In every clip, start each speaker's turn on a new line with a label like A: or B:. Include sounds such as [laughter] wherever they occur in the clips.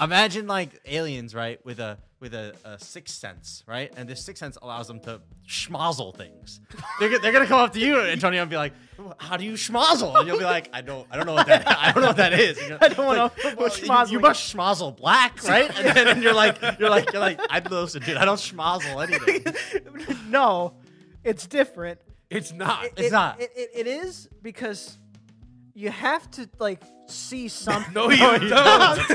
A: Imagine like aliens, right? With a with a, a sixth sense, right? And this sixth sense allows them to schmozzle things. They're, go- they're gonna come up to you, Antonio, and be like, "How do you schmozzle?" And you'll be like, "I don't, I don't know what that, I don't know what that is." And you're
B: [laughs] I don't wanna
A: like,
B: know what
A: "Well, you- You,
B: schmozzling
A: must schmozzle black, right? And then and you're like, you're like, you're like, I listen, dude. I don't schmozzle anything.
B: [laughs] no, it's different.
C: [laughs] It's not.
A: It's
B: It-
A: not.
B: It, it, it is because you have to like see something. [laughs]
C: no, you don't.
B: All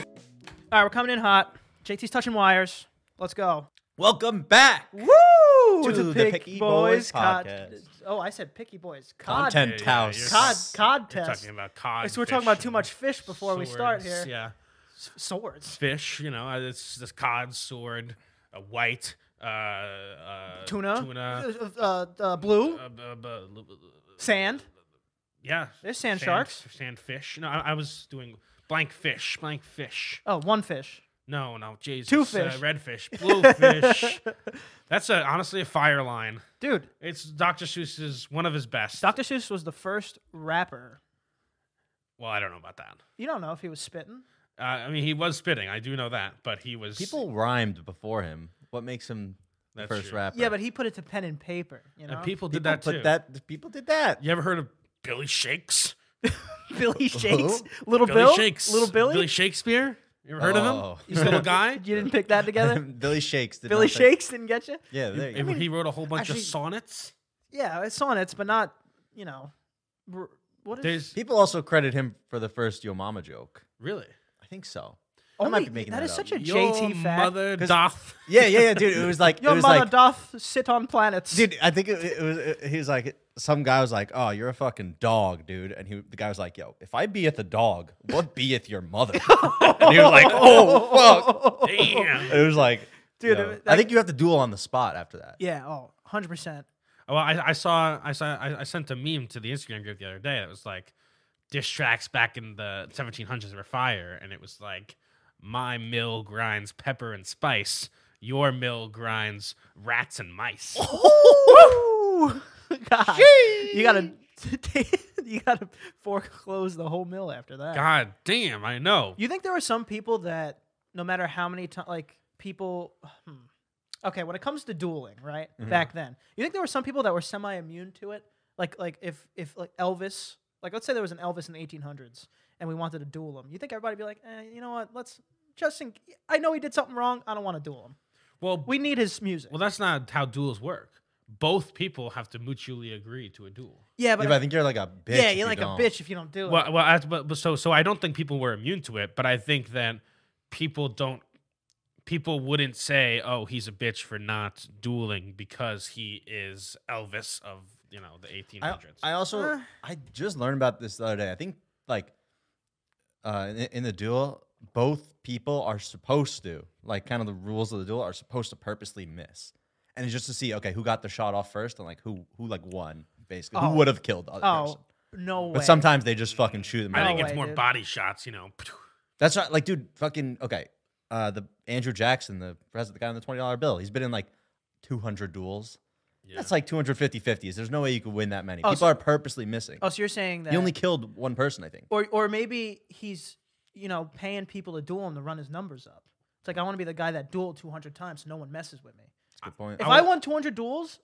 B: right, we're coming in hot. JT's touching wires. Let's go.
A: Welcome back.
B: Woo!
A: To the Picky Boys
B: Cod-
A: podcast.
B: Oh, I said Picky Boys. Cod.
A: Content
C: Yeah, yeah,
A: house.
C: you're-
B: Cod, cod
C: You're
B: test.
C: talking about cod.
B: So we're
C: fish
B: talking about too
C: and
B: much fish before we start here.
C: swords, Yeah,
B: Swords.
C: fish. You know, uh, it's this cod sword, a white uh, uh,
B: Tuna.
C: tuna.
B: Uh, uh, uh, blue.
C: Uh, bu- bu- lu- lu- lu-
B: sand.
C: yeah,
B: There's sand sharks.
C: sand fish. No, I, I was doing blank fish, blank fish.
B: Oh, one fish.
C: No, no, Jesus,
B: Two
C: uh,
B: fish.
C: red fish,
B: [laughs]
C: blue fish. That's a, honestly a fire line.
B: Dude,
C: It's Dr. Seuss's one of his best.
B: Dr. Seuss was the first rapper.
C: well, I don't know about that.
B: You don't know if he was spitting.
C: Uh, I mean, he was spitting. I do know that, but he was
A: People rhymed before him. What makes him the
C: That's
A: first
C: true.
A: rapper?
B: Yeah, but he put it to pen and paper. You know,
C: And Uh, people did
A: People
C: that
A: put
C: too.
A: that- people did that.
C: You ever heard of Billy Shakes?
B: [laughs] Billy Shakes, little
C: Billy
B: Bill,
C: Shakes.
B: little Billy.
C: Billy Shakespeare? You ever heard
A: Oh.
C: of him? He's a little guy.
B: [laughs] you didn't pick that
C: [laughs]
A: [laughs]
B: together.
A: Billy Shakes. Did
B: Billy
A: not think-
B: Shakes didn't get you.
A: Yeah, there you
C: And
A: go.
C: he wrote a whole bunch
A: actually-
C: of sonnets.
B: Yeah, it's sonnets, but not you know. r- What is
C: There's
A: People also credit him for the first Yo Mama joke.
C: really
A: I think so.
B: only,
A: might be making
B: Oh that
A: that
B: is
A: up.
B: such a
C: Your
B: JT fact. [laughs]
C: mother doth.
A: Yeah, yeah, yeah, dude. It [laughs] was like
B: Your
A: it was
B: mother
A: like,
B: doth sit on planets.
A: dude. I think it, it was. It, he was like, some guy was like, "Oh, you're a fucking dog, dude." And he, the guy was like, "Yo, if I beeth a dog, what beeth your [laughs] mother?" and he was
C: [laughs]
A: like, "Oh, fuck."
C: Damn.
A: It was like,
B: Dude,
A: dude.
B: it-
A: I think you have to duel on the spot after that.
B: Yeah, oh, 100
C: [laughs]
B: percent.
C: well, I, I saw I saw I, I sent a meme to the Instagram group the other day. It was like diss tracks back in the 1700s were fire, and it was like my mill grinds pepper and spice. Your mill grinds rats and
B: [laughs]
C: mice.
B: God, you gotta, [laughs] you gotta foreclose the whole mill after that.
C: God damn, I know.
B: You think there are some people that, no matter how many times, like people, hmm. okay, when it comes to dueling, right?
A: Mm-hmm.
B: Back then, you think there were some people that were semi immune to it, like like if if like Elvis, like let's say there was an Elvis in the 1800s, and we wanted to duel him. You think everybody'd be like, eh, you know what? Let's just. In, I know he did something wrong. I don't want to duel him.
C: Well,
B: We need his music.
C: Well, that's not how duels work. Both people have to mutually agree to a duel.
B: yeah,
A: Yeah,
B: but
A: but I think you're like a bitch.
B: yeah,
A: if
B: you're
A: you
B: like
A: don't.
B: a bitch if you don't do it.
C: Well, well, that's- but, but so so I don't think people were immune to it, but I think that people don't people wouldn't say, "Oh, he's a bitch for not dueling because he is Elvis of, you know, the 1800s."
A: I, I also
B: Uh.
A: I just learned about this the other day. I think like uh, in, in the duel, both people are supposed to like kind of the rules of the duel are supposed to purposely miss, and it's just to see okay who got the shot off first and like who who like won basically
B: Oh.
A: who would have killed the other
B: oh
A: person.
B: no way.
A: But sometimes they just fucking shoot them.
C: I
A: out.
C: think
B: No
C: it's
B: way,
C: more
B: dude.
C: body shots, you know. [sniffs]
A: That's not like dude fucking okay. Uh, the Andrew Jackson, the president, the guy on the twenty dollar bill, he's been in like two hundred duels. That's like 250 50s. There's no way you could win that many.
B: Oh,
A: People
B: so-
A: are purposely missing.
B: oh, so you're saying that
A: he only killed one person, I think.
B: or or maybe he's you know paying people to duel him to run his numbers up. It's like I want to be the guy that dueled 200 times so no one messes with me.
A: That's a good point.
B: If
C: I
B: I,
C: wa-
B: won 200 duels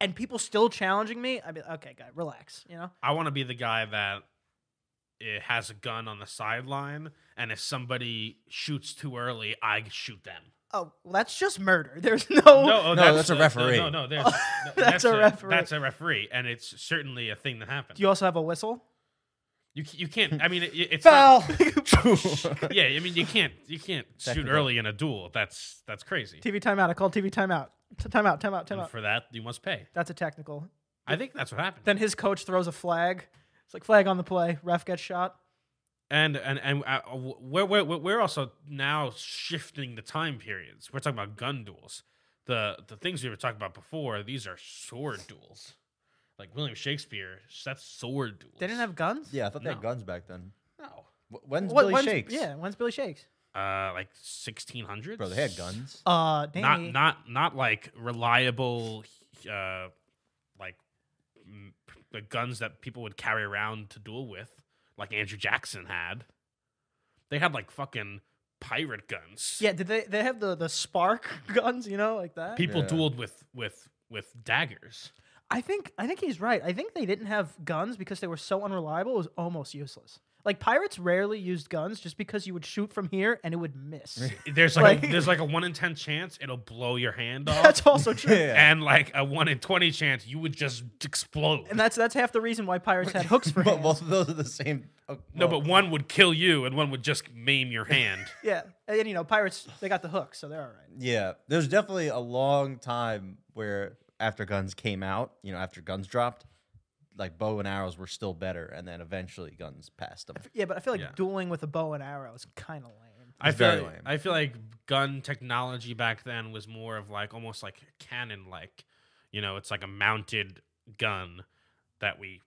B: and people still challenging me, I'd be like, okay, guy, relax. You know,
C: I want to be the guy that it has a gun on the sideline and if somebody shoots too early, I shoot them.
B: oh, well, that's just murder. [laughs] There's no,
C: No, oh,
A: No, that's a referee.
C: No, no, there's- no, that's,
B: a
C: a
B: referee.
C: That's a referee, and it's certainly a thing that happened.
B: Do you also have a whistle?
C: You, c- you can't. I mean, it,
B: [laughs]
C: it's
A: Foul.
C: Not, yeah, I mean, you can't. You can't shoot
A: Technical.
C: early in a duel. That's that's crazy.
B: TV timeout. I called TV timeout. T- timeout. Timeout.
C: And
B: Timeout.
C: for that, you must pay.
B: That's a technical.
C: I think that's what happened.
B: Then his coach throws a flag. It's like flag on the play. Ref gets shot.
C: And and and uh, w- we're, we're we're- we're also now shifting the time periods. We're talking about gun duels. The the things we were talking about before. These are sword duels. Like William Shakespeare, that's sword duels.
B: They didn't have guns.
A: [laughs] yeah, I thought they had
C: No.
A: guns back then.
C: no.
A: Wh- When's
B: What-
A: Billy
B: when's-
A: Shakes?
B: Yeah, when's Billy Shakes?
C: Uh, like sixteen hundred.
A: Bro, they had
B: [laughs]
A: guns.
B: Uh,
C: not
B: Danny.
C: not not like reliable uh like m- the guns that people would carry around to duel with like andrew jackson had they had like fucking pirate guns.
B: Yeah, did they they have the the spark [laughs] guns? You know, like that.
C: People
A: Yeah.
C: dueled with with with daggers.
B: I think I think he's right. I think they didn't have guns because they were so unreliable. It was almost useless. Like pirates rarely used guns just because you would shoot from here and it would miss.
C: There's like,
B: Like-
C: there's like a one in ten chance it'll blow your hand
B: [laughs]
C: off.
B: that's also true.
A: [laughs] Yeah.
C: and like a one in twenty chance you would just explode.
B: And that's that's half the reason why pirates had hooks for
A: [laughs] But
B: hands.
A: both of those are the same. oh,
C: no,
A: well,
C: but one would kill you, and one would just maim your hand.
B: Yeah, and you know pirates they got the hook, so they're all right.
A: yeah, there's definitely a long time where after guns came out, you know, after guns dropped, like bow and arrows were still better, and then eventually guns passed them.
B: Yeah, but I feel like
C: Yeah.
B: dueling with a bow and arrow is kind of lame.
C: I
A: It's
C: feel
A: very
C: like,
A: lame.
C: I feel like gun technology back then was more of like almost like cannon like, you know, it's like a mounted gun that we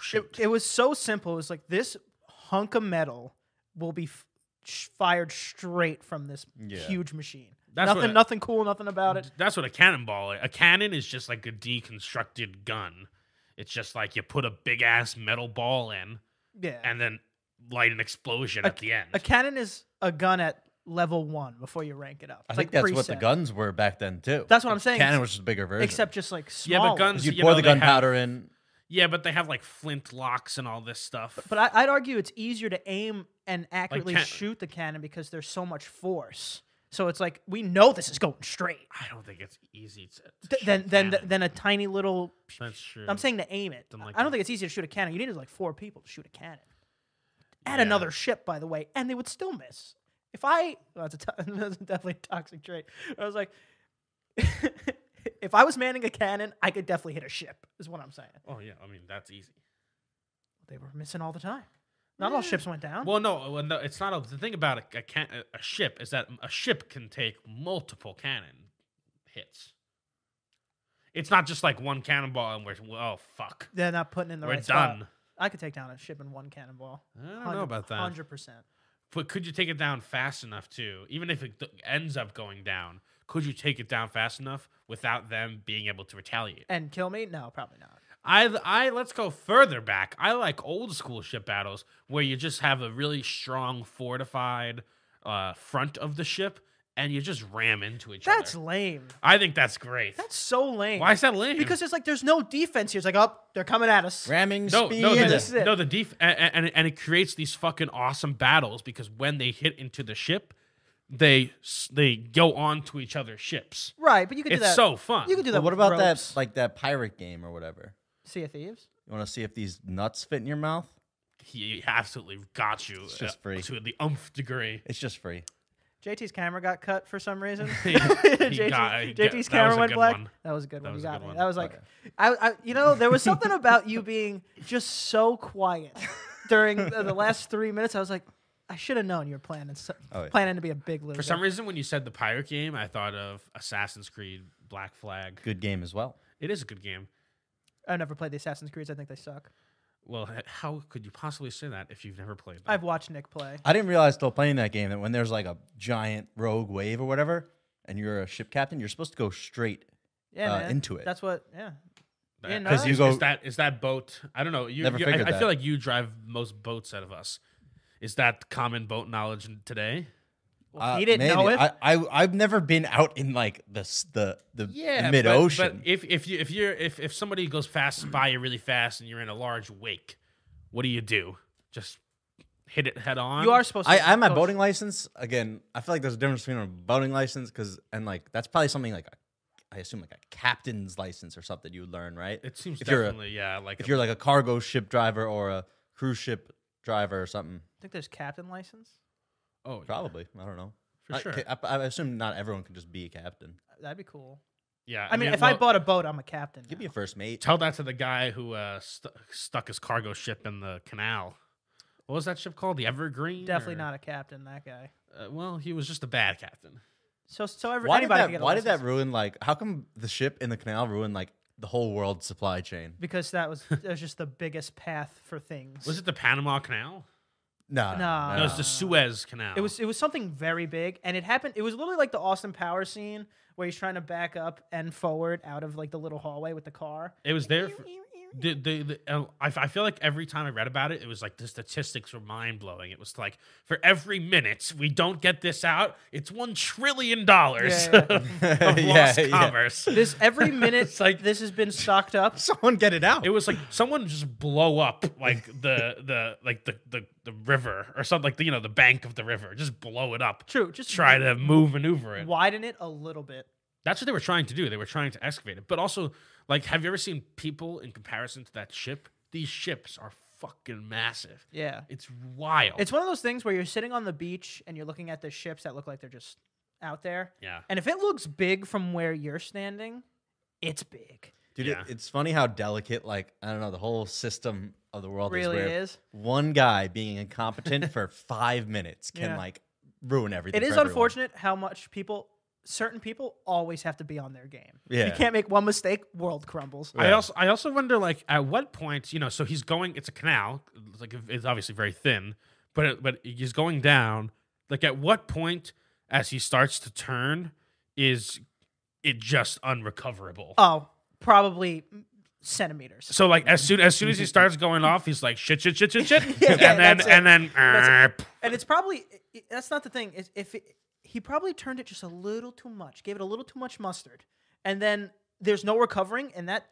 C: shoot.
B: It, it was so simple. It was like this hunk of metal will be f- sh- fired straight from this
A: Yeah.
B: huge machine.
C: That's what
B: nothing,
C: I-
B: nothing cool, nothing about it.
C: That's what a cannonball. A cannon is just like a deconstructed gun. It's just like you put a big ass metal ball in
B: Yeah,
C: and then light an explosion at the end.
B: a cannon is a gun at level one before you rank it up.
A: I
B: It's
A: think
B: like
A: that's what the
B: preset.
A: guns were back then too.
B: That's what I'm saying.
A: Cannon was just a bigger version.
B: except just like
C: Yeah,
B: smaller.
C: but guns-
A: 'Cause you'd
C: you
A: pour
C: know,
A: the
C: they have-
A: gunpowder in.
C: yeah, but they have like flint locks and all this stuff.
B: But I, I'd argue it's easier to aim and accurately
C: can-
B: shoot the cannon because there's so much force. So it's like we know this is going straight.
C: I don't think it's easy to. to
B: Th-
C: shoot
B: then,
C: a
B: then,
C: cannon.
B: then a tiny little.
C: that's true.
B: I'm saying to aim it.
C: Something like
B: I don't
C: that.
B: think it's easy to shoot a cannon. You needed like four people to shoot a cannon. At
C: Yeah.
B: another ship, by the way, and they would still miss. If I, well, that's, a to- [laughs] that's definitely a toxic trait. I was like, [laughs] if I was manning a cannon, I could definitely hit a ship. Is what I'm saying.
C: Oh yeah, I mean that's easy.
B: They were missing all the time. Not all ships went down.
C: Well, no, uh, well, no, it's not. A, the thing about a, a, can, a- a ship is that a ship can take multiple cannon hits. It's not just like one cannonball and we're oh fuck,
B: They're not putting in the
C: we're
B: right spot.
C: done.
B: I could take down a ship in one cannonball.
C: I don't know about that.
B: Hundred percent.
C: But could you take it down fast enough too? Even if it th- ends up going down, could you take it down fast enough without them being able to retaliate?
B: And kill me? No, probably not.
C: I I let's go further back. I like old school ship battles where you just have a really strong fortified uh, front of the ship and you just ram into each
B: That's
C: other.
B: lame.
C: I think that's great.
B: That's so lame.
C: Why is that lame?
B: Because it's like there's no defense here. It's like, oh, they're coming at us.
A: Ramming
C: no,
A: speed.
C: no,
B: Yeah,
C: the-
B: this is it.
C: no, the def and, and and it creates these fucking awesome battles because when they hit into the ship, they s- they go on to each other's ships.
B: Right, but you could do
C: It's
B: that.
C: so fun.
B: You could do that.
A: But what
B: with
A: about
B: ropes.
A: that, like that pirate game or whatever?
B: Sea of Thieves?
A: You want to see if these nuts fit in your mouth?
C: he absolutely got you
A: just
C: uh,
A: free.
C: to the umph degree.
A: It's just free.
B: JT's camera got cut for some reason.
C: [laughs] He-
B: [laughs]
C: he
B: JT's,
C: got- I
B: JT's
C: get- that was
B: camera
C: a
B: went
C: good
B: black.
C: one.
B: That was a good
C: That
B: one.
C: was
B: You
C: a
B: got
C: good
B: me.
C: one.
B: That was like, I, I, you know, there was something about you being just so quiet during the, the last three minutes. I was like, I should have known you were planning so-
A: Oh, yeah.
B: planning to be a big loser.
C: For some reason, when you said the pirate game, I thought of Assassin's Creed Black Flag.
A: Good game as well.
C: It is a good game.
B: I've never played the Assassin's Creeds. I think they suck.
C: Well, h- how could you possibly say that if you've never played them?
B: I've watched Nick play.
A: I didn't realize till playing that game that when there's like a giant rogue wave or whatever, and you're a ship captain, you're supposed to go straight.
B: Yeah,
A: uh,
B: man.
A: into it.
B: That's what. Yeah.
C: That-
B: Yeah, no,
A: 'Cause
C: is,
A: you go-
C: is that is that boat? I don't know. You,
A: Never
C: you-
A: figured
C: I, I
A: that.
C: feel like you drive most boats out of us. Is that common boat knowledge in- today?
B: Well,
A: Uh,
B: he didn't
A: maybe.
B: know it.
A: I, I I've never been out in like the s- the the,
C: but-
A: mid
C: But,
A: ocean.
C: if if you if you're if, if somebody goes fast by you really fast and you're in a large wake, what do you do? Just hit it head on.
B: you are supposed. to.
A: I, I have my
B: coach.
A: boating license. Again, I feel like there's a difference between a boating license because and like that's probably something like a, I assume like a captain's license or something you would learn, right?
C: It seems
A: If you're a-
C: definitely yeah. Like
A: if
C: a-
A: you're like a cargo ship driver or a cruise ship driver or something,
B: I think there's captain license.
C: oh
A: probably. I don't know.
C: for
A: I-
C: sure.
A: I, Uh, I assume not everyone can just be a captain.
B: That'd be cool.
C: Yeah,
B: I, mean, if I
C: well-
B: bought a boat, I'm a captain.
A: Give
B: now.
A: me a first mate.
C: Tell that to the guy who uh, stu stuck his cargo ship in the canal. What was that ship called? The Evergreen?
B: Definitely
C: or-
B: not a captain. That guy.
C: Uh, well, he was just a bad captain.
B: So so every,
A: Why did
B: anybody could
A: that?
B: get a
A: Why did that
B: license.
A: ruin like? How come the ship in the canal ruined like the whole world's supply chain?
B: Because that was that was just the biggest path for things.
C: Was it the Panama Canal?
A: No,
B: Nah.
C: no,
B: Uh,
C: it's the Suez Canal.
B: It was it was something very big, and it happened. It was literally like the Austin Power scene where he's trying to back up and forward out of like the little hallway with the car.
C: It was there. For, the, the, the el- I, f- I feel like every time I read about it, it was like the statistics were mind blowing. It was like for every minute we don't get this out, it's one trillion dollars
B: Yeah, [laughs] yeah,
C: [laughs] of
A: Yeah,
C: lost
A: yeah.
C: commerce.
B: This every minute
C: It's like-
B: this has been stocked
A: [laughs]
B: up.
A: Someone get it out.
C: It was like someone just blow up like the the like the the, the river or something like the, you know the bank of the river, just blow it up.
B: True. Just
C: Try to move maneuver it.
B: widen it a little bit.
C: That's what they were trying to do. They were trying to excavate it. But also, like, have you ever seen people in comparison to that ship? These ships are fucking massive.
B: Yeah.
C: It's wild.
B: It's one of those things where you're sitting on the beach and you're looking at the ships that look like they're just out there.
C: yeah.
B: And if it looks big from where you're standing, it's big.
A: Dude, it-
C: Yeah.
A: it's funny how delicate, like, I don't know, the whole system of the world
B: really
A: is. where
B: is.
A: One guy being
B: [laughs]
A: incompetent for five minutes can,
B: Yeah.
A: like, ruin everything.
B: It is
A: for everyone.
B: unfortunate how much people, certain people, always have to be on their game. You
A: Yeah.
B: can't make one mistake, world crumbles.
C: I
A: Yeah.
C: also I also wonder like at what point you know so he's going it's a canal it's like it's obviously very thin but it, but he's going down like at what point as he starts to turn is it just unrecoverable
B: Oh, probably centimeters.
C: so like as soon as soon
B: [laughs]
C: as he starts going off he's like shit shit shit shit shit
B: Yeah,
C: and, then,
B: that's it.
C: and then uh,
B: That's
C: erp.
B: And it's probably i- that's not the thing. Is if it, he probably turned it just a little too much, gave it a little too much mustard, and then there's no recovering, and that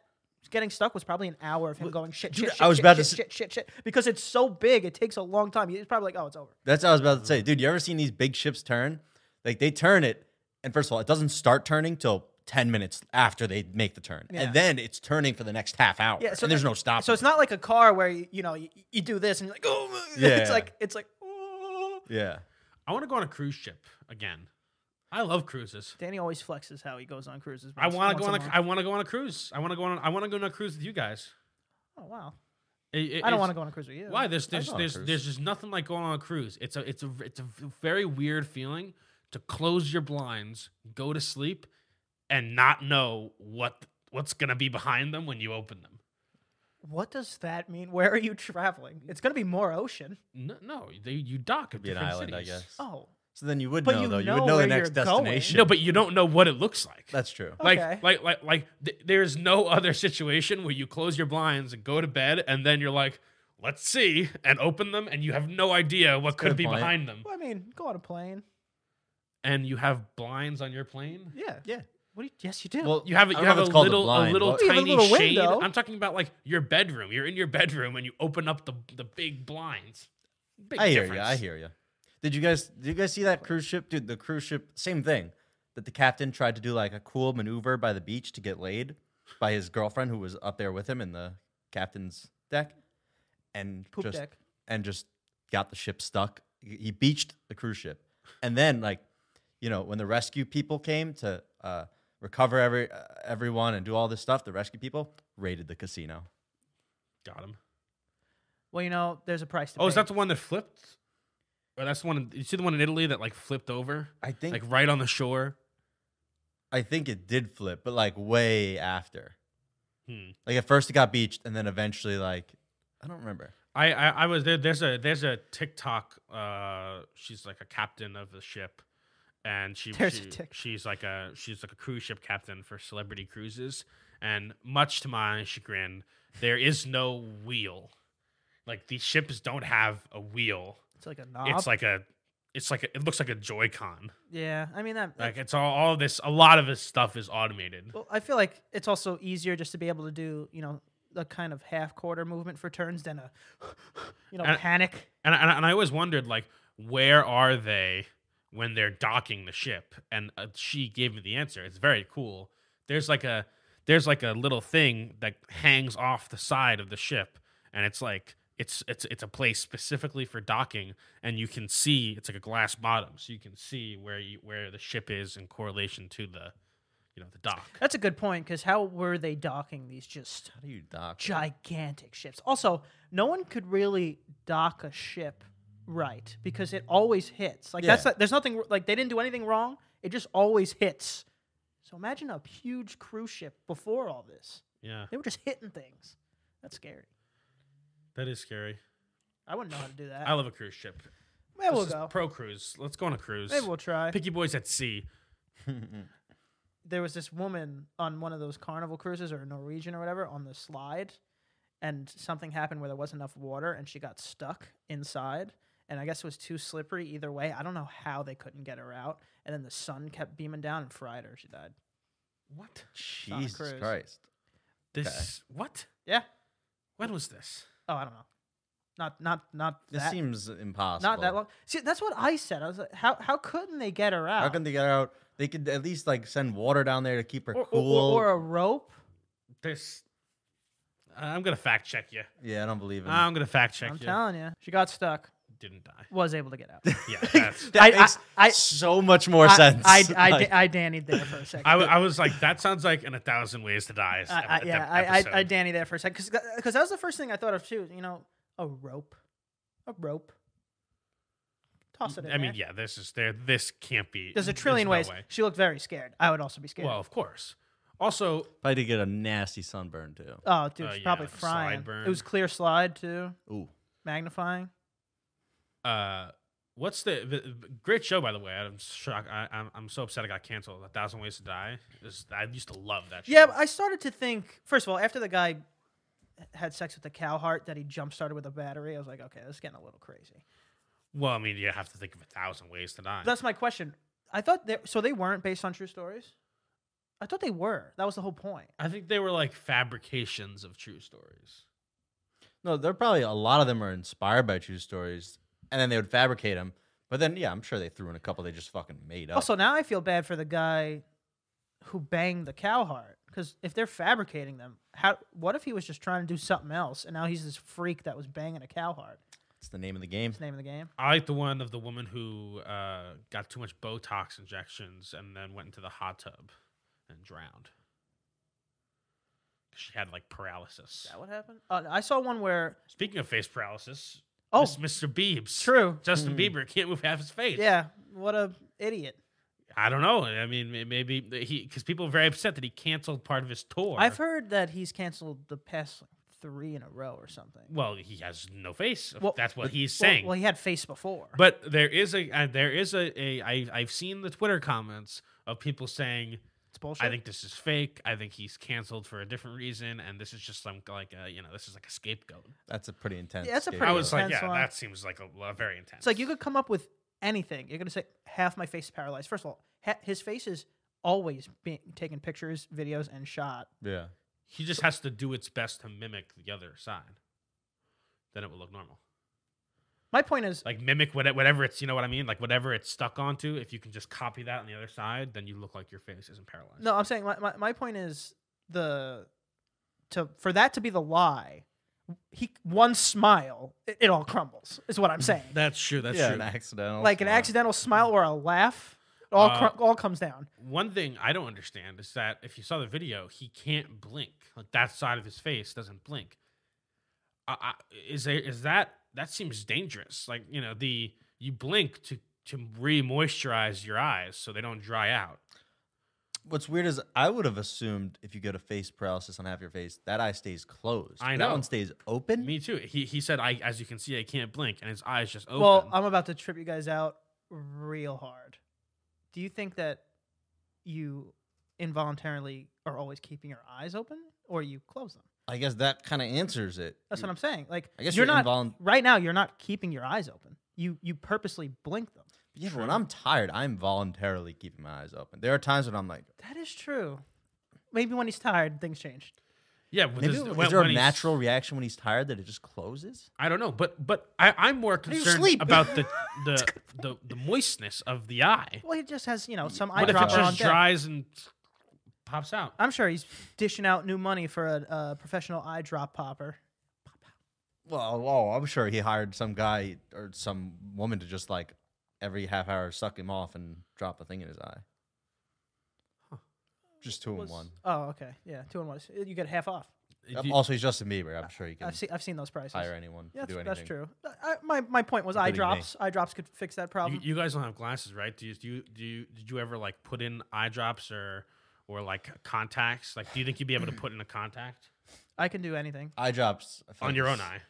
B: getting stuck was probably an hour of him going shit, shit,
A: dude,
B: shit,
A: I was
B: shit,
A: about to
B: shit,
A: s-
B: shit, shit, shit, because it's so big, it takes a long time. He's probably like, oh, it's over.
A: That's what I was about to say. Dude, you ever seen these big ships turn? Like they turn it, and first of all, it doesn't start turning till 10 minutes after they make the turn.
B: Yeah.
A: And then it's turning for the next half hour.
B: Yeah, so
A: and there's
B: that-
A: no stopping.
B: So it's not like a car where you, you know you, you do this and you're like, oh, [laughs] it's
A: Yeah.
B: like it's like. "Oh."
A: Yeah.
C: I want to go on a cruise ship again I love cruises
B: Danny always flexes how he goes on cruises.
C: I
B: once-
C: want to go on
B: once
C: a,
B: month.
C: I want to go on a cruise I want to go on I want to go on a cruise with you guys
B: Oh wow!
C: It- it-
B: I don't
C: it's-
B: want to go on a cruise with you.
C: Why? There's there's
A: go on a
C: there's,
A: cruise.
C: there's just nothing like going on a cruise. It's a it's a it's a v- very weird feeling to close your blinds, go to sleep, and not know what what's gonna be behind them when you open them.
B: What does that mean? Where are you traveling? It's gonna be more ocean.
C: No, no they, you dock at
A: Be an
C: different
A: island, I
C: cities.
A: guess.
B: Oh,
A: So then you would
B: But
A: know,
B: you
A: though. You
B: know
A: would know the
B: where
A: next
B: you're going.
A: destination.
C: No, but Oh, you don't know what it looks like.
A: That's true.
C: like,
B: okay.
C: like, like, like, th- there's no other situation where you close your blinds and go to bed, and then you're like, "Let's see," and open them, and you have no idea what
A: good
C: could be
A: point.
C: behind them,
B: Well, I mean, go on a plane.
C: and you have blinds on your plane.
B: Yeah.
A: Yeah.
B: What do you, yes, you do.
A: Well,
C: You have a,
A: I don't
C: you have
A: know
C: a
A: if it's called a
C: little a
A: blind,
C: little
A: but-
B: You have a
C: tiny
B: little
C: shade.
B: window.
C: I'm talking about like your bedroom. You're in your bedroom and you open up the the big blinds. Big
A: I hear you.
C: difference.
A: I hear you. Did you guys did you guys see that cruise ship? Dude, the cruise ship, same thing. That the captain tried to do like a cool maneuver by the beach to get laid by his girlfriend who was up there with him in the captain's deck. And
B: Poop
A: just
B: deck.
A: and just got the ship stuck. He he beached the cruise ship, and then like, you know, when the rescue people came to uh, recover every uh, everyone and do all this stuff, the rescue people raided the casino.
C: Got him.
B: Well, you know, there's a price to
C: Oh,
B: pay.
C: is that the one that flipped? Or that's the one. in- You see the one in Italy that like flipped over,
A: I think
C: like right on the shore.
A: I think it did flip, but like way after.
C: Hmm.
A: Like at first it got beached, and then eventually like I don't remember.
C: I, I I was there. There's a there's a TikTok. Uh, she's like a captain of the ship, and she,
B: There's a
C: she-
B: Tik-
C: she's like a she's like a cruise ship captain for celebrity cruises. And much to my chagrin, there is no wheel. Like these ships don't have a wheel.
B: It's like a knob.
C: It's like a it's like a, it looks like a Joy-Con.
B: yeah. I mean that.
C: Like it's all all this. A lot of this stuff is automated.
B: well, I feel like it's also easier just to be able to do you know the kind of half quarter movement for turns than a [sighs] you know
C: And-
B: panic.
C: And I- and I, and I always wondered like where are they when they're docking the ship? And uh, she gave me the answer. It's very cool. There's like a there's like a little thing that hangs off the side of the ship, and it's like it's it's it's a place specifically for docking, and you can see it's like a glass bottom, so you can see where you where the ship is in correlation to the you know the dock.
B: That's a good point because how were they docking these just
A: How do you dock?
B: gigantic ships? Also, no one could really dock a ship right because it always hits. Like that's
A: Yeah.
B: not, there's nothing like they didn't do anything wrong. It just always hits. So imagine a huge cruise ship before all this.
C: Yeah,
B: They were just hitting things. That's scary.
C: that is scary.
B: I wouldn't know how to do that.
C: I love a cruise ship.
B: Maybe we'll
C: This is
B: go.
C: pro cruise. Let's go on a cruise.
B: Maybe we'll try.
C: Picky boys at sea.
B: There was this woman on one of those carnival cruises or Norwegian or whatever on the slide, and something happened where there wasn't enough water and she got stuck inside and I guess it was too slippery either way. I don't know how they couldn't get her out. And then the sun kept beaming down and fried her. She died.
C: What?
A: Jesus
B: Cruise.
A: Christ.
C: This what?
B: Yeah.
C: When was this?
B: Oh, I don't know. Not not not
A: This
B: that
A: seems impossible.
B: not that long. See, that's what I said. I was like, how how couldn't they get her out?
A: How can they get her out? They could at least like send water down there to keep her
B: or, or-
A: cool.
B: or, or a rope?
C: This. uh, I'm gonna fact check you.
A: yeah, I don't believe it.
C: I'm gonna fact check
B: I'm
C: you.
B: telling you, she got stuck.
C: Didn't die.
B: Was able to get
A: [laughs]
B: out.
C: Yeah,
B: [laughs]
C: that's.
A: [laughs] that
B: I-
A: makes
B: I- I-
A: so much more
B: I,
A: sense.
B: I I,
A: Like,
B: I Danny there for a second.
C: [laughs] I, w- I was like, that sounds like in a thousand ways to die.
B: I- I- Uh, yeah, I, I, I Danny there for a second because that was the first thing I thought of too. You know, a rope, a rope. Toss it in.
C: I mean,
B: there.
C: yeah, this is there. This can't be.
B: there's a trillion
C: no
B: ways.
C: way.
B: She looked very scared. I would also be scared.
C: Well, of course. Also,
A: I did get a nasty sunburn too.
B: oh, dude,
C: uh,
B: she's
C: yeah,
B: probably
C: like a slide
B: frying.
C: burn.
B: It was clear slide too,
A: Ooh,
B: magnifying.
C: uh, what's the, the- the- great show by the way? I'm shocked. I, I'm I'm so upset it got canceled. A thousand ways to die. Is I used to love that. show.
B: Yeah, but I started to think. First of all, after the guy had sex with the cow heart that he jump started with a battery, I was like, okay, this is getting a little crazy.
C: well, I mean, you have to think of a thousand ways to die.
B: That's my question. I thought they so they weren't based on true stories. I thought they were. That was the whole point.
C: I think they were like fabrications of true stories.
A: no, they're probably a lot of them are inspired by true stories, and then they would fabricate them. But then, yeah, I'm sure they threw in a couple they just fucking made up.
B: Also, now I feel bad for the guy who banged the cow heart because if they're fabricating them, how? What if he was just trying to do something else and now he's this freak that was banging a cow heart?
A: it's the name of the game.
B: That's the name of the game.
C: I like the one of the woman who uh, got too much Botox injections and then went into the hot tub and drowned. She had like paralysis.
B: Is that what happened? Uh, I saw one where
C: Speaking of face paralysis,
B: oh,
C: oh, Mr. Biebs.
B: true,
C: Justin Bieber can't move half his face.
B: yeah, what a idiot.
C: I don't know. I mean, may- maybe that he because people are very upset that he canceled part of his tour.
B: I've heard that he's canceled the past like, three in a row or something.
C: Well, he has no face.
B: Well-
C: That's what he's
B: Well-
C: saying.
B: Well, he had face before.
C: But there is a uh, there is a, a I, I've seen the Twitter comments of people saying
B: it's bullshit.
C: I think this is fake. I think he's canceled for a different reason, and this is just some like a, you know this is like a scapegoat.
A: That's a pretty intense.
B: Yeah, that's a
A: game.
B: pretty
C: I was like,
B: intense
C: yeah,
B: one.
C: that seems like a, a very intense.
B: It's like you could come up with anything. You're gonna say half my face is paralyzed. First of all, ha- his face is always being taken pictures, videos, and shot.
A: yeah.
C: He just has to do its best to mimic the other side. Then it will look normal.
B: My point is,
C: Like mimic what, whatever it's you know what I mean. Like whatever it's stuck onto. If you can just copy that on the other side, then you look like your face isn't paralyzed.
B: no, I'm saying my, my, my point is the to for that to be the lie. He one smile, it, it all crumbles. Is what I'm saying.
C: that's true. That's
A: yeah, an accidental.
B: like an
A: smile.
B: accidental smile or a laugh, it all
C: Uh,
B: crum- all comes down.
C: One thing I don't understand is that if you saw the video, he can't blink. Like that side of his face doesn't blink. I, I, is there is that that seems dangerous? Like you know the you blink to to re-moisturize your eyes so they don't dry out.
A: What's weird is I would have assumed if you get a face paralysis on half your face, that eye stays closed.
C: I
A: That
C: know.
A: one stays open.
C: Me too. He he said I as you can see I can't blink and his eyes just open.
B: Well,
A: uh,
B: I'm about to trip you guys out real hard. Do you think that you involuntarily are always keeping your eyes open or you close them?
A: I guess that kind of answers it.
B: That's what I'm saying. Like
A: I guess
B: you're,
A: you're
B: not
A: involun-
B: right now you're not keeping your eyes open. You you purposely blink them.
A: Yeah, but when I'm tired, I'm voluntarily keeping my eyes open. There are times when I'm like,
B: That is true. Maybe when he's tired, things change.
C: yeah. but
A: maybe
C: does-
A: is
C: when-
A: there
C: when
A: a
C: he's-
A: natural reaction when he's tired that it just closes?
C: I don't know, but but I, I'm more
A: do you
C: concerned
A: sleep?
C: about
A: [laughs]
C: the the, the the moistness of the eye.
B: Well, he just has, you know, some
A: What
C: What if it
B: eyedropper on
C: just
B: deck.
C: dries and pops out?
B: I'm sure he's dishing out new money for a, a professional eye drop popper.
A: Well, well, I'm sure he hired some guy or some woman to just like every half hour suck him off and drop a thing in his eye. Just two in
B: Was-
A: one.
B: Oh, okay. Yeah, two and one. You get half off.
C: Do-
A: Also, he's Justin Bieber. I'm sure he can
B: I've seen I've seen those prices.
A: hire anyone
B: Yeah,
A: to do
B: that's,
A: anything.
B: that's true. I, I- my, my point was eye
A: Including me.
B: drops. Eye drops could fix that problem.
C: You, you guys don't have glasses, right? Do you do you, do you did you ever like put in eye drops or or like contacts? Like, do you think you'd be able to put in
B: [clears throat]
C: a contact
B: I can do anything.
A: Eye drops I feel
C: on your
A: is-
C: own eye?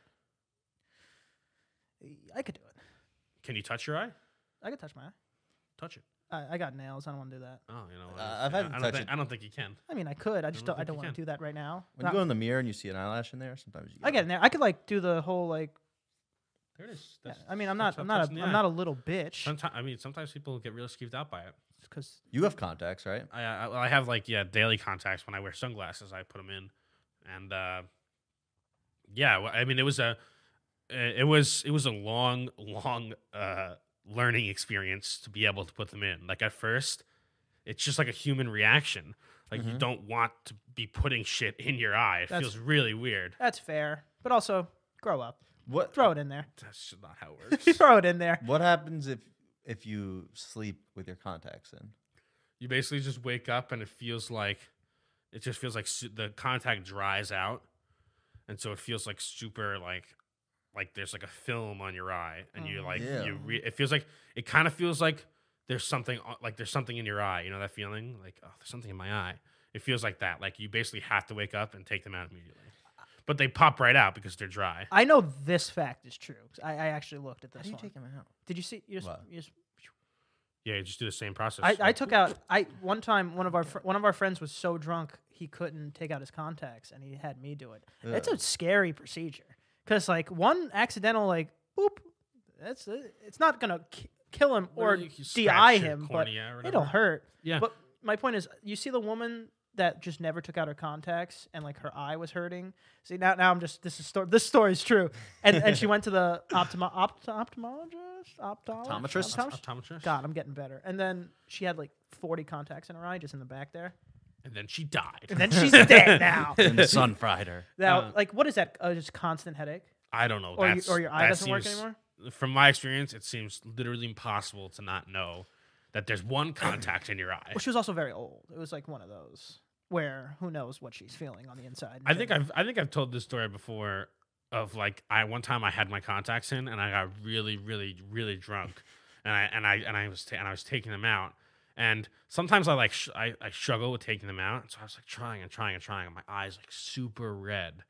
B: I could do it.
C: Can you touch your eye?
B: I could touch my eye.
C: Touch it.
B: I, I got nails. I don't want to do that.
C: Oh, you know, what?
A: Uh, I've
C: I,
A: had
C: don't-
A: to
C: I
A: touch
C: don't think,
A: it.
C: I don't think you can.
B: I mean, I could. I just
C: don't
B: don't. I
C: think
B: don't
C: you
B: want
C: can.
B: to do that right now.
A: When
B: Not-
A: you go in the mirror and you see an eyelash in there, sometimes you
B: I get in there. I could like do the whole like.
C: There it is.
B: yeah,
C: That's-
B: I mean, I'm
C: that's
B: not. I'm not. A,
C: touching the
B: I'm
C: eye.
B: not a little bitch.
C: Sometimes, I mean, sometimes people get really skeeved out by it.
B: Because
A: You have contacts, right?
C: I, I, well, I have like yeah daily contacts when I wear sunglasses. I put them in, and uh, yeah, well, I mean it was a it it was it was a long long uh, learning experience to be able to put them in. Like at first, it's just like a human reaction. Like you
A: Mhm.
C: don't want to be putting shit in your eye. It
B: That's-
C: feels really weird.
B: that's fair, but also grow up.
A: What
B: Throw it in there. [laughs]
C: That's just not how it works.
B: Throw it in there.
A: What happens if if you sleep with your contacts in?
C: you basically just wake up and it feels like it just feels like su- the contact dries out and so it feels like super like like there's like a film on your eye and you
B: Mhm.
C: like
A: Yeah.
C: you re- it feels like it kind of feels like there's something o- like there's something in your eye you know that feeling like oh there's something in my eye it feels like that like you basically have to wake up and take them out immediately but they pop right out because they're dry
B: I know this fact is true. 'cause I, I actually looked at this one.
A: them out?
B: Did you see? You just,
A: What?
B: you just
C: yeah you just do the same process
B: I, I
C: Like,
B: took out I one time one of our fr- one of our friends was so drunk he couldn't take out his contacts and he had me do it. It's a scary procedure because like one accidental like boop, that's uh, it's not gonna ki- kill him or
C: literally you scratch
B: di
C: your
B: him, but
C: cornea or
B: it'll
C: whatever. [laughs]
B: hurt.
C: yeah
B: But my point is, you see the woman that just never took out her contacts and like her eye was hurting. See now, now I'm just this is story. This story's true. And and
C: [laughs]
B: she went to the optimo- opt- ophthalmologist, optologist,
A: Optometrist?
B: optometrist.
C: optometrist
B: God, I'm getting better. And then she had like 40 contacts in her eye, just in the back
C: [laughs]
B: there.
C: and then she died
B: And then she's dead now.
A: And the [laughs] sun fried her.
B: Now,
C: Uh,
B: like, what is that? Uh, just constant headache,
C: I don't know.
B: or you,
C: That's-
B: or your eye
C: that
B: doesn't work
C: seems-
B: anymore.
C: From my experience, it seems literally impossible to not know that there's one contact in your eye.
B: Well, she was also very old. It was like one of those where who knows what she's feeling on the inside.
C: I
B: [laughs]
C: think I've I think I've told this story before of like I one time I had my contacts in and I got really really really drunk [laughs] and I and I and I was ta- and I was taking them out and sometimes I like sh- I, I struggle with taking them out so I was like trying and trying and trying and my eyes like super red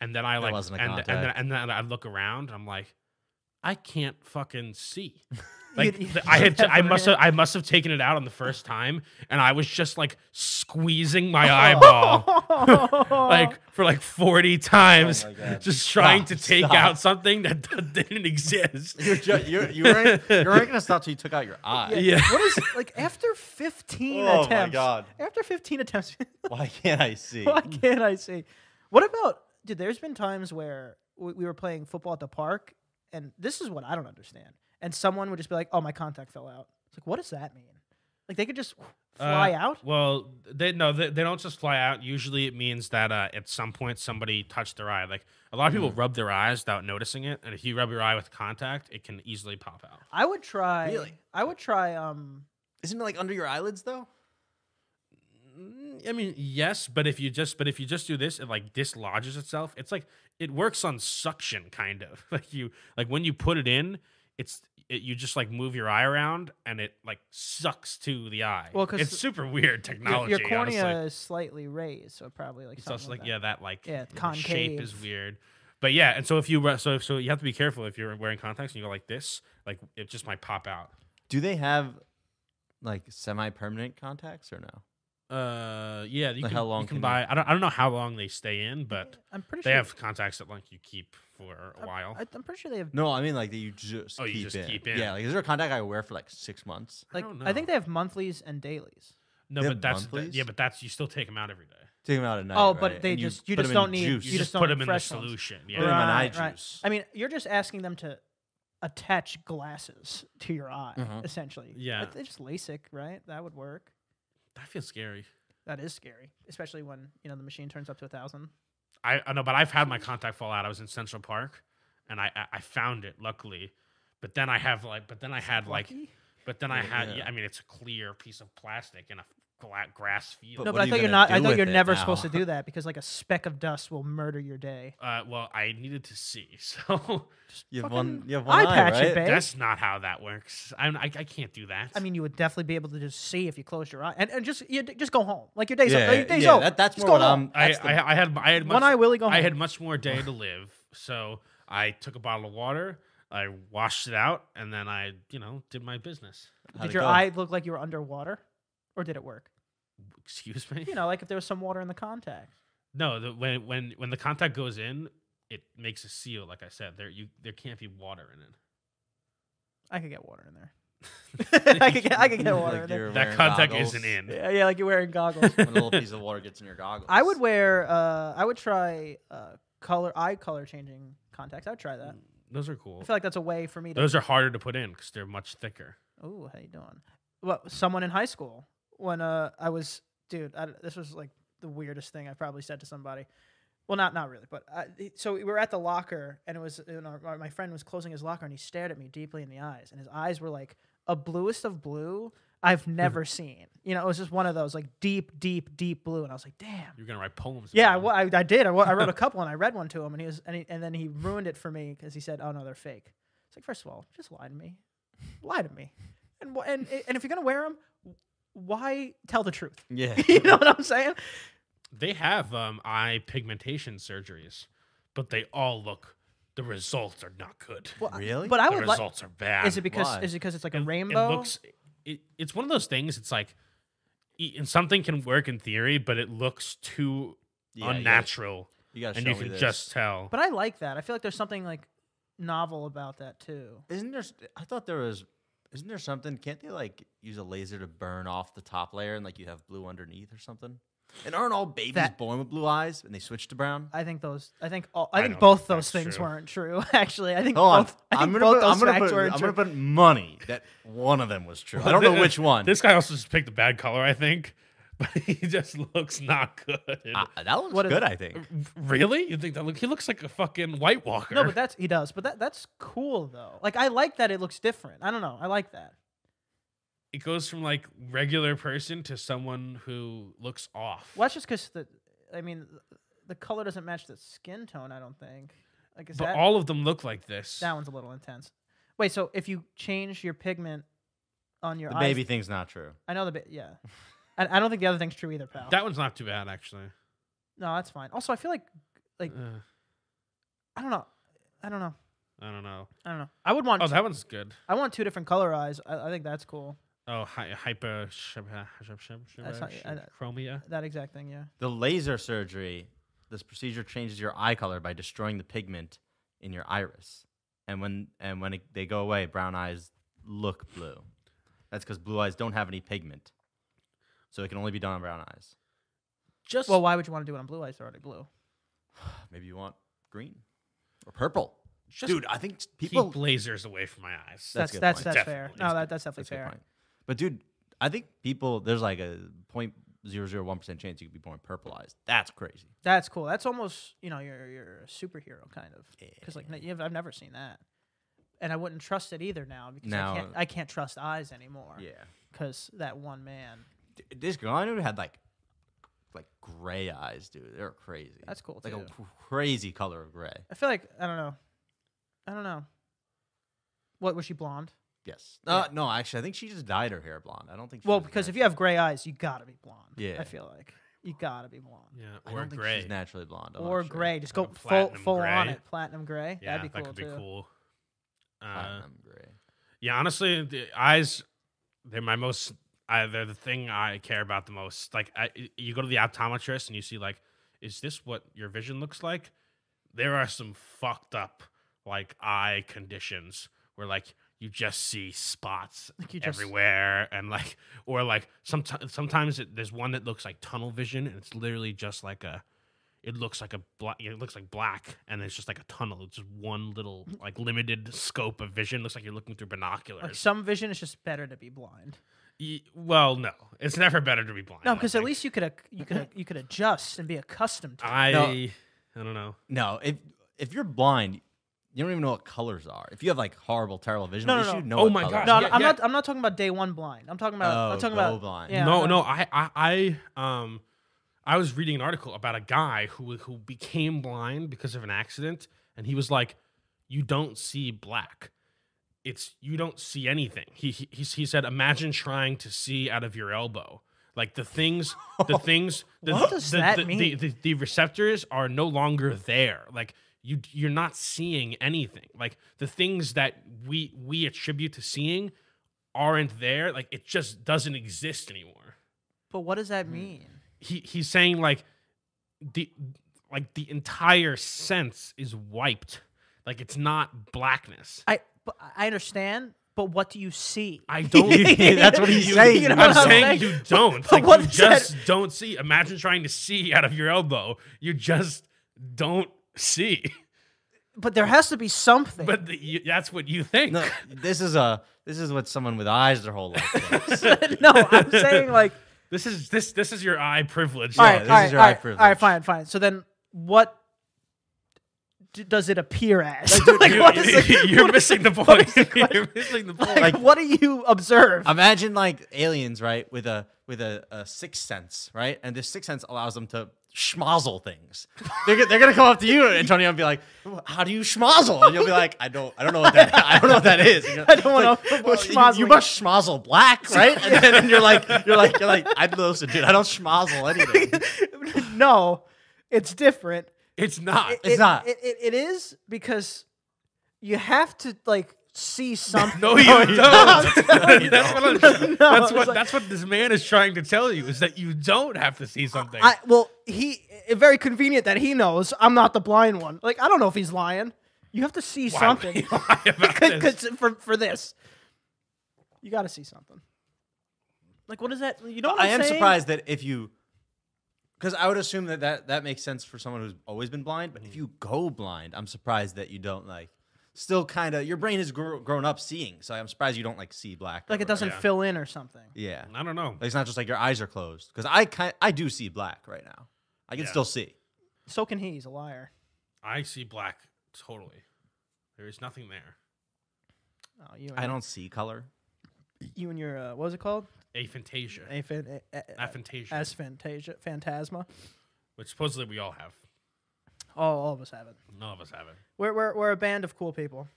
C: and then I like
A: wasn't a
C: and, and then
A: contact.
C: and then I look around and I'm like I can't fucking see.
B: You-
C: Like [laughs]
B: you-
C: the- I had, t- I
B: Never.
C: must have, I must have taken it out on the first time, and I was just like squeezing my eyeball
B: [laughs] eyeball.
C: [laughs] like for like 40 times
A: Oh my God.
C: just trying to
A: Stop,
C: take
A: stop.
C: out something that d- didn't exist
A: You're, ju- you're, you [laughs] weren't, you weren't gonna stop till you took out your eye.
C: uh,
A: [laughs]
C: yeah
B: what
C: [laughs]
B: is like after 15
A: Oh my
B: attempts?
A: God.
B: After 15 attempts,
A: [laughs] Why can't I see?
B: [laughs] why
C: Mm.
B: can't I see? What about dude? There's been times where we, we were playing football at the park, and this is what I don't understand. And someone would just be like, "Oh, my contact fell out." It's like, what does that mean? Like they could just fly
C: Uh,
B: out.
C: well they no they, they don't just fly out usually it means that uh, at some point somebody touched their eye like a lot of people rub their eyes without noticing it and if you rub your eye with contact it can easily pop out
B: I would try.
A: Really?
B: I would try. Um,
A: Isn't it like under your eyelids though?
C: Mm, I mean, yes, but if you just but if you just do this, it like dislodges itself. It's like it works on suction, kind of [laughs] like you like when you put it in, it's it, you just like move your eye around and it like sucks to the eye.
B: Well, 'cause
C: it's
B: the-
C: super weird
B: your,
C: technology.
B: your cornea
C: honestly.
B: is slightly raised, so probably like
C: it's
B: something
C: also like
B: that.
C: yeah, that like
B: Yeah,
C: shape is
B: concave.
C: weird. But yeah, and so if you re- so so you have to be careful if you're wearing contacts and you go like this, like it just might pop out.
A: Do they have like semi-permanent contacts or no?
C: Uh, yeah, you
A: Like,
C: can,
A: how long
C: you can
A: can
C: buy.
A: you-
C: I don't I don't know how long they stay in, but.
B: I'm pretty
C: They
B: sure
C: have contacts that like you keep for a while.
B: I, I'm pretty sure they have.
A: No, I mean like that you just
C: Oh, you
A: keep
C: just
A: in.
C: keep in.
A: Yeah, like is there a contact I wear for like six months?
B: Like
C: don't
B: I, think they have monthlies and dailies.
C: no,
A: they
C: but
A: have
C: that's that-
A: monthlies?
C: yeah, but that's you still take them out every day.
A: Take them out at night.
B: Oh, but
A: right?
B: they
A: And
B: just- you
A: put
B: just
A: 'em
B: don't
A: in
B: need-
A: juice.
B: You
C: You,
B: just
C: just,
B: don't
C: put
B: have
C: them in the
B: fresh ones.
C: solution.
A: Put 'em in
C: Yeah,
A: eye
B: Right, right.
A: juice.
B: I mean, you're just asking them to attach glasses to your eye,
A: Mhm.
B: essentially.
C: Yeah.
B: But they just LASIK, right? That would work.
C: that feels scary.
B: That is scary, especially when you know the machine turns up to a thousand.
C: I, I know, but I've had my contact fall out. I was in Central Park, and I I- I found it luckily, but then I have like, but then I had like, but then
A: Yeah,
C: I had.
A: yeah.
C: Yeah, I mean, it's a clear piece of plastic in a gla- grass field.
A: But
B: no,
A: what
B: but
A: are
B: I
A: you
B: thought you're
A: gonna
B: not. I
A: do
B: thought
A: with
B: you're
A: it
B: never
A: now?
B: supposed
A: [laughs]
B: to do that because like a speck of dust will murder your day.
C: Uh, well, I needed to see, [laughs] so
A: You have
B: Fucking
A: one. You have one
B: eye
A: eye,
B: patch it,
A: right?
B: babe.
C: that's not how that works. I'm, I I can't do that.
B: I mean, you would definitely be able to just see if you closed your eye and, and just you just go home. Like your day's
A: yeah,
B: over. Your
A: yeah,
B: day's
A: yeah,
B: over.
A: that- that's
B: Just
A: more what
B: go home.
A: I'm.
C: I,
A: that's the-
C: I I had I had much-
B: Oh. One eye Willie go home.
C: I had much more day to live, so I took a bottle of water. I washed it out, and then I, you know, did my business. [laughs]
A: How'd
B: Did
A: it
B: your
A: go?
B: eye [laughs] look like you were underwater, or did it work?
C: Excuse me.
B: You know, like if there was some water in the contact.
C: No, the, when when when the contact goes in, it makes a seal. Like I said, there you there can't be water in it.
B: I could get water in there. I could get I could get
A: Like
B: water in there.
A: you're
C: That
A: wearing
C: contact
A: goggles.
C: isn't in. [laughs]
B: Yeah, yeah, like you're wearing goggles.
A: When a little piece of water gets in your goggles. [laughs]
B: I would wear. Uh, I would try uh, color eye color changing contacts. I would try that.
C: Mm, Those are
B: I
C: cool.
B: feel like that's a way for me to.
C: Those are harder to put in because they're much thicker.
B: Ooh, how you doing? Well, someone in high school when uh I was dude, I, this was like the weirdest thing I probably said to somebody. Well, not not really, but I, it- so we were at the locker and it was and our, our- my friend was closing his locker and he stared at me deeply in the eyes and his eyes were like a bluest of blue I've never seen. You know, it was just one of those like deep, deep, deep blue, and I was like, damn.
C: You're gonna write poems.
B: Yeah, I,
C: about
B: wa- I, I did. I, wa- I wrote a couple and I read one to him, and he was, and, he, and then he ruined it for me because he said, "Oh no, they're fake." It's like, first of all, just lie to me, lie to me, and wh- and and if you're gonna wear them, why tell the truth? [laughs]
A: Yeah.
B: you know what I'm saying?
C: them. They have um, eye pigmentation surgeries, but they all look. The results are not good.
A: [laughs]
B: Well, I-
A: Really?
B: But I
C: the
B: would like.
C: results are bad.
B: Is it because
A: Why?
B: is it because it's like
C: It-
B: a rainbow?
C: It looks. It, it's one of those things. It's like, e- and something can work in theory, but it looks too
A: Yeah, you gotta-
C: unnatural,
A: You gotta
C: and
A: show
C: you
A: me
C: can
A: this.
C: just tell.
B: but I like that. I feel like there's something like novel about that too.
A: Isn't there? s- I thought there was. Isn't there something? Can't they like use a laser to burn off the top layer and like you have blue underneath or something? And aren't all babies
B: That-
A: born with blue eyes and they switch to brown?
B: I think those. I think all, I,
C: I
B: think
C: don't
B: both
C: think
B: those
C: that's
B: things
C: true.
B: weren't true. [laughs] Actually, I think
A: [laughs] Hold on,
B: both. I think
A: I'm gonna
B: both
A: put,
B: those
A: I'm gonna
B: facts
A: put,
B: were
A: I'm
B: true.
A: gonna put money that one of them was true. I
B: [laughs]
A: don't know which one.
C: This guy also just picked a bad color, I think, [laughs] but he just looks not good.
A: Ah, that looks
B: What is-
A: good, I think.
C: really? You think that look? He looks like a fucking White Walker.
B: No, but that's he does. But that that's cool though. Like I like that it looks different. I don't know. I like that.
C: [laughs] it goes from like regular person to someone who looks off.
B: Well, that's just because the, I mean, th- the color doesn't match the skin tone. I don't think. Like is
C: But
B: that
C: all of them look like this.
B: that one's a little intense. Wait, so if you change your pigment on your
A: The
B: eyes,
A: baby thing's not true.
B: I know the bit. Yeah, and I don't think the other thing's true either, pal.
C: That one's not too bad actually.
B: no, that's fine. Also, I feel like like
C: Uh,
B: I don't know. I don't know.
C: I don't know.
B: I don't know. I would want.
C: Oh,
B: two-
C: that one's good.
B: I want two different color eyes. I, I think that's cool.
C: Oh, hy- hyper uh, shab- shab- shab-
B: That's
C: shab-
B: not- I-
C: shab- chromia.
B: That exact thing. Yeah.
A: The laser surgery, this procedure changes your eye color by destroying the pigment in your iris. And when and when it, they go away, brown eyes look blue. That's because blue eyes don't have any pigment. So it can only be done on brown eyes.
C: Just
B: Well, why would you want to do it on blue eyes? They're already blue.
A: Maybe you want green or purple.
C: just
A: Dude, I think
C: keep
A: people
C: lasers away from my eyes.
A: That's
B: That's
A: a good
B: that's
A: point.
B: that's, fair.
C: Definitely.
B: No, that, that's definitely
A: That's a good
B: fair.
A: point. But dude, I think people there's like a point zero zero one percent chance you could be born purple eyes. That's crazy.
B: That's cool. That's almost you know you're you're a superhero kind of because like n- you've, I've never seen that, and I wouldn't trust it either now because
A: Now-
B: I can't I can't trust eyes anymore.
A: Yeah.
B: because that one man.
A: D- this girl I knew had like like gray eyes, dude. They're crazy.
B: That's cool,
A: Like a
B: too.
A: cr- crazy color of gray.
B: I feel like I don't know, I don't know. What was she blonde?
A: Yes. Uh, No, actually, I think she just dyed her hair blonde. I don't think. She
B: Well,
A: was
B: because if
A: natu-
B: you have gray eyes, you gotta be blonde.
A: Yeah.
B: I feel like you gotta be blonde
A: I
C: Yeah,
A: don't
C: or
A: think
C: gray.
A: she's naturally blonde. I'm not
B: or
A: sure.
B: gray. Just
C: Like
B: go
C: a
B: full
C: platinum
B: full on
C: gray.
B: it, platinum gray.
C: yeah,
B: That'd be
C: that
B: cool
C: could be
B: too.
C: cool. Uh,
A: Platinum gray.
C: yeah, honestly, the eyes, they're my most, I, they're the thing I care about the most. Like, I, you go to the optometrist and you see, like, is this what your vision looks like? There are some fucked up, like, eye conditions where, like, you just see spots
B: [laughs] Like you just-
C: everywhere and like or like sometimes sometimes it, there's one that looks like tunnel vision and it's literally just like a it looks like a black it looks like black and it's just like a tunnel it's just one little like limited scope of vision looks like you're looking through binoculars
B: Like some vision is just better to be blind.
C: Ye- well no it's never better to be blind
B: No,
C: I
B: because at
C: think.
B: least you could ac- you could you could adjust and be accustomed to. it.
C: i
A: No.
C: i don't know
A: No, if if you're blind, you don't even know what colors are. If you have like horrible, terrible vision,
B: No,
A: at
B: no,
A: least
B: no.
A: you know.
C: Oh
A: what
C: my
A: colors
C: gosh,
B: No,
A: are.
B: no,
C: yeah,
B: I'm
C: yeah.
B: not. I'm not talking about day one blind. I'm talking about.
A: Oh,
B: I'm talking about
A: go blind.
B: Yeah,
C: no,
B: no.
C: no, I, I, I, um, I was reading an article about a guy who who became blind because of an accident, and he was like, "You don't see black. It's you don't see anything." He he he, he said, "Imagine trying to see out of your elbow." Like the things,
B: [laughs]
C: the things, the,
B: What does
C: the,
B: that
C: the, the-
B: mean?
C: The, the receptors are no longer there. Like you d- you're not seeing anything. Like the things that we we attribute to seeing aren't there. Like it just doesn't exist anymore.
B: But what does that
A: Hmm.
B: mean?
C: He he's saying like the like the entire sense is wiped. Like it's not blackness.
B: I but I understand. But what do you see?
C: I
B: [laughs]
C: don't.
A: That's what he's
C: You-
A: saying.
B: You know
A: what
C: I'm
B: I'm
C: saying
B: saying?
C: you don't.
B: But [laughs]
C: Like
B: what
C: you
B: is that?
C: just don't see. Imagine trying to see out of your elbow. You just don't see. [laughs]
B: But there has to be something.
C: But the, you, that's what you think.
A: No, this is a this is what someone with eyes their whole life. Thinks.
B: [laughs] no, I'm saying
C: [laughs]
B: like
C: This is this this is your eye privilege.
B: all
A: Yeah,
B: right,
A: this
B: all right,
A: is your
B: all
A: eye
B: right, all right,
A: privilege.
B: fine, fine. So then, what d- does it appear as?
A: Like, dude,
B: [laughs] Like,
C: You,
B: what
A: [laughs]
B: is
C: [laughs]
B: it-
C: are missing
B: [laughs]
C: the point. [laughs] you're missing the point.
B: like,
A: like-
B: what do you observe?
A: Imagine like aliens, right? With a with a, a sixth sense, right? And this sixth sense allows them to schmozzle things. They're, go- they're gonna come up to you, Antonio, and be like, "How do you schmozzle?" And you'll be like, "I don't, I don't know what that, I don't know what that is." You know?
B: [laughs] I don't wanna
A: Like, well,
B: know what
A: you- you,
B: schmozzling
A: must schmozzle black, right? And then and you're like, you're like, you're like, I listen, dude. I don't schmozzle
B: [laughs]
A: anything.
B: [laughs] no, it's different.
C: it's not.
A: It's
B: It-
A: not.
B: It, it, it is because you have to like
C: [laughs]
B: see something.
C: [laughs]
B: [laughs]
C: no, you don't. [laughs] that's what, I'm, that's,
B: it's
C: what
B: like-
C: that's what this man is trying to tell you is that you don't have to see something.
B: I well, he it, very convenient that he knows I'm not the blind one. Like I don't know if he's lying. You have to see
C: Why
B: [laughs]
C: would
B: something
C: he [laughs] lie about this?
B: because for for this, you got to see something. Like what is that? You know what
A: I
B: I'm
A: am
B: saying?
A: surprised that if you, because I would assume that, that that makes sense for someone who's always been blind. But if you go blind, I'm surprised that you don't like. Still, kind of, your brain is gr- grown up seeing, so I'm surprised you don't like see black. or
B: Like it
A: whatever.
B: doesn't
C: Yeah.
B: fill in or something.
A: Yeah, like,
C: I don't know.
A: it's not just like your eyes are closed. Because I kind, I do see black right now. I can
C: Yeah.
A: still see.
B: So can he? He's a liar.
C: I see black totally. There is nothing there.
B: Oh, you. And
A: I don't see color.
B: You and your uh, what was it called?
C: Aphantasia.
B: Aphan- a- a-
C: Aphantasia.
B: uh, as phantasia, phantasma.
C: which supposedly we all have.
B: All, all of us have it.
C: None of us have it.
B: We're, we're, we're a band of cool people.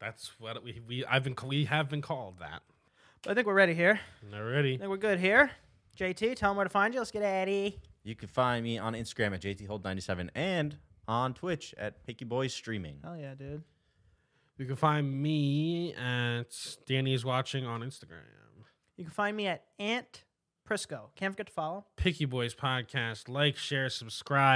C: That's what we we I've been we have been called that
B: I think we're ready here. I
C: already.
B: think we're good here. JT, tell them where to find you. Let's get Eddie.
A: You can find me on Instagram at jthold97 and on Twitch at Picky Boys Streaming.
B: Hell yeah, dude.
C: You can find me at Danny's watching on Instagram.
B: You can find me at Ant Prisco. Can't forget to follow.
C: Picky Boys podcast. Like, share, subscribe.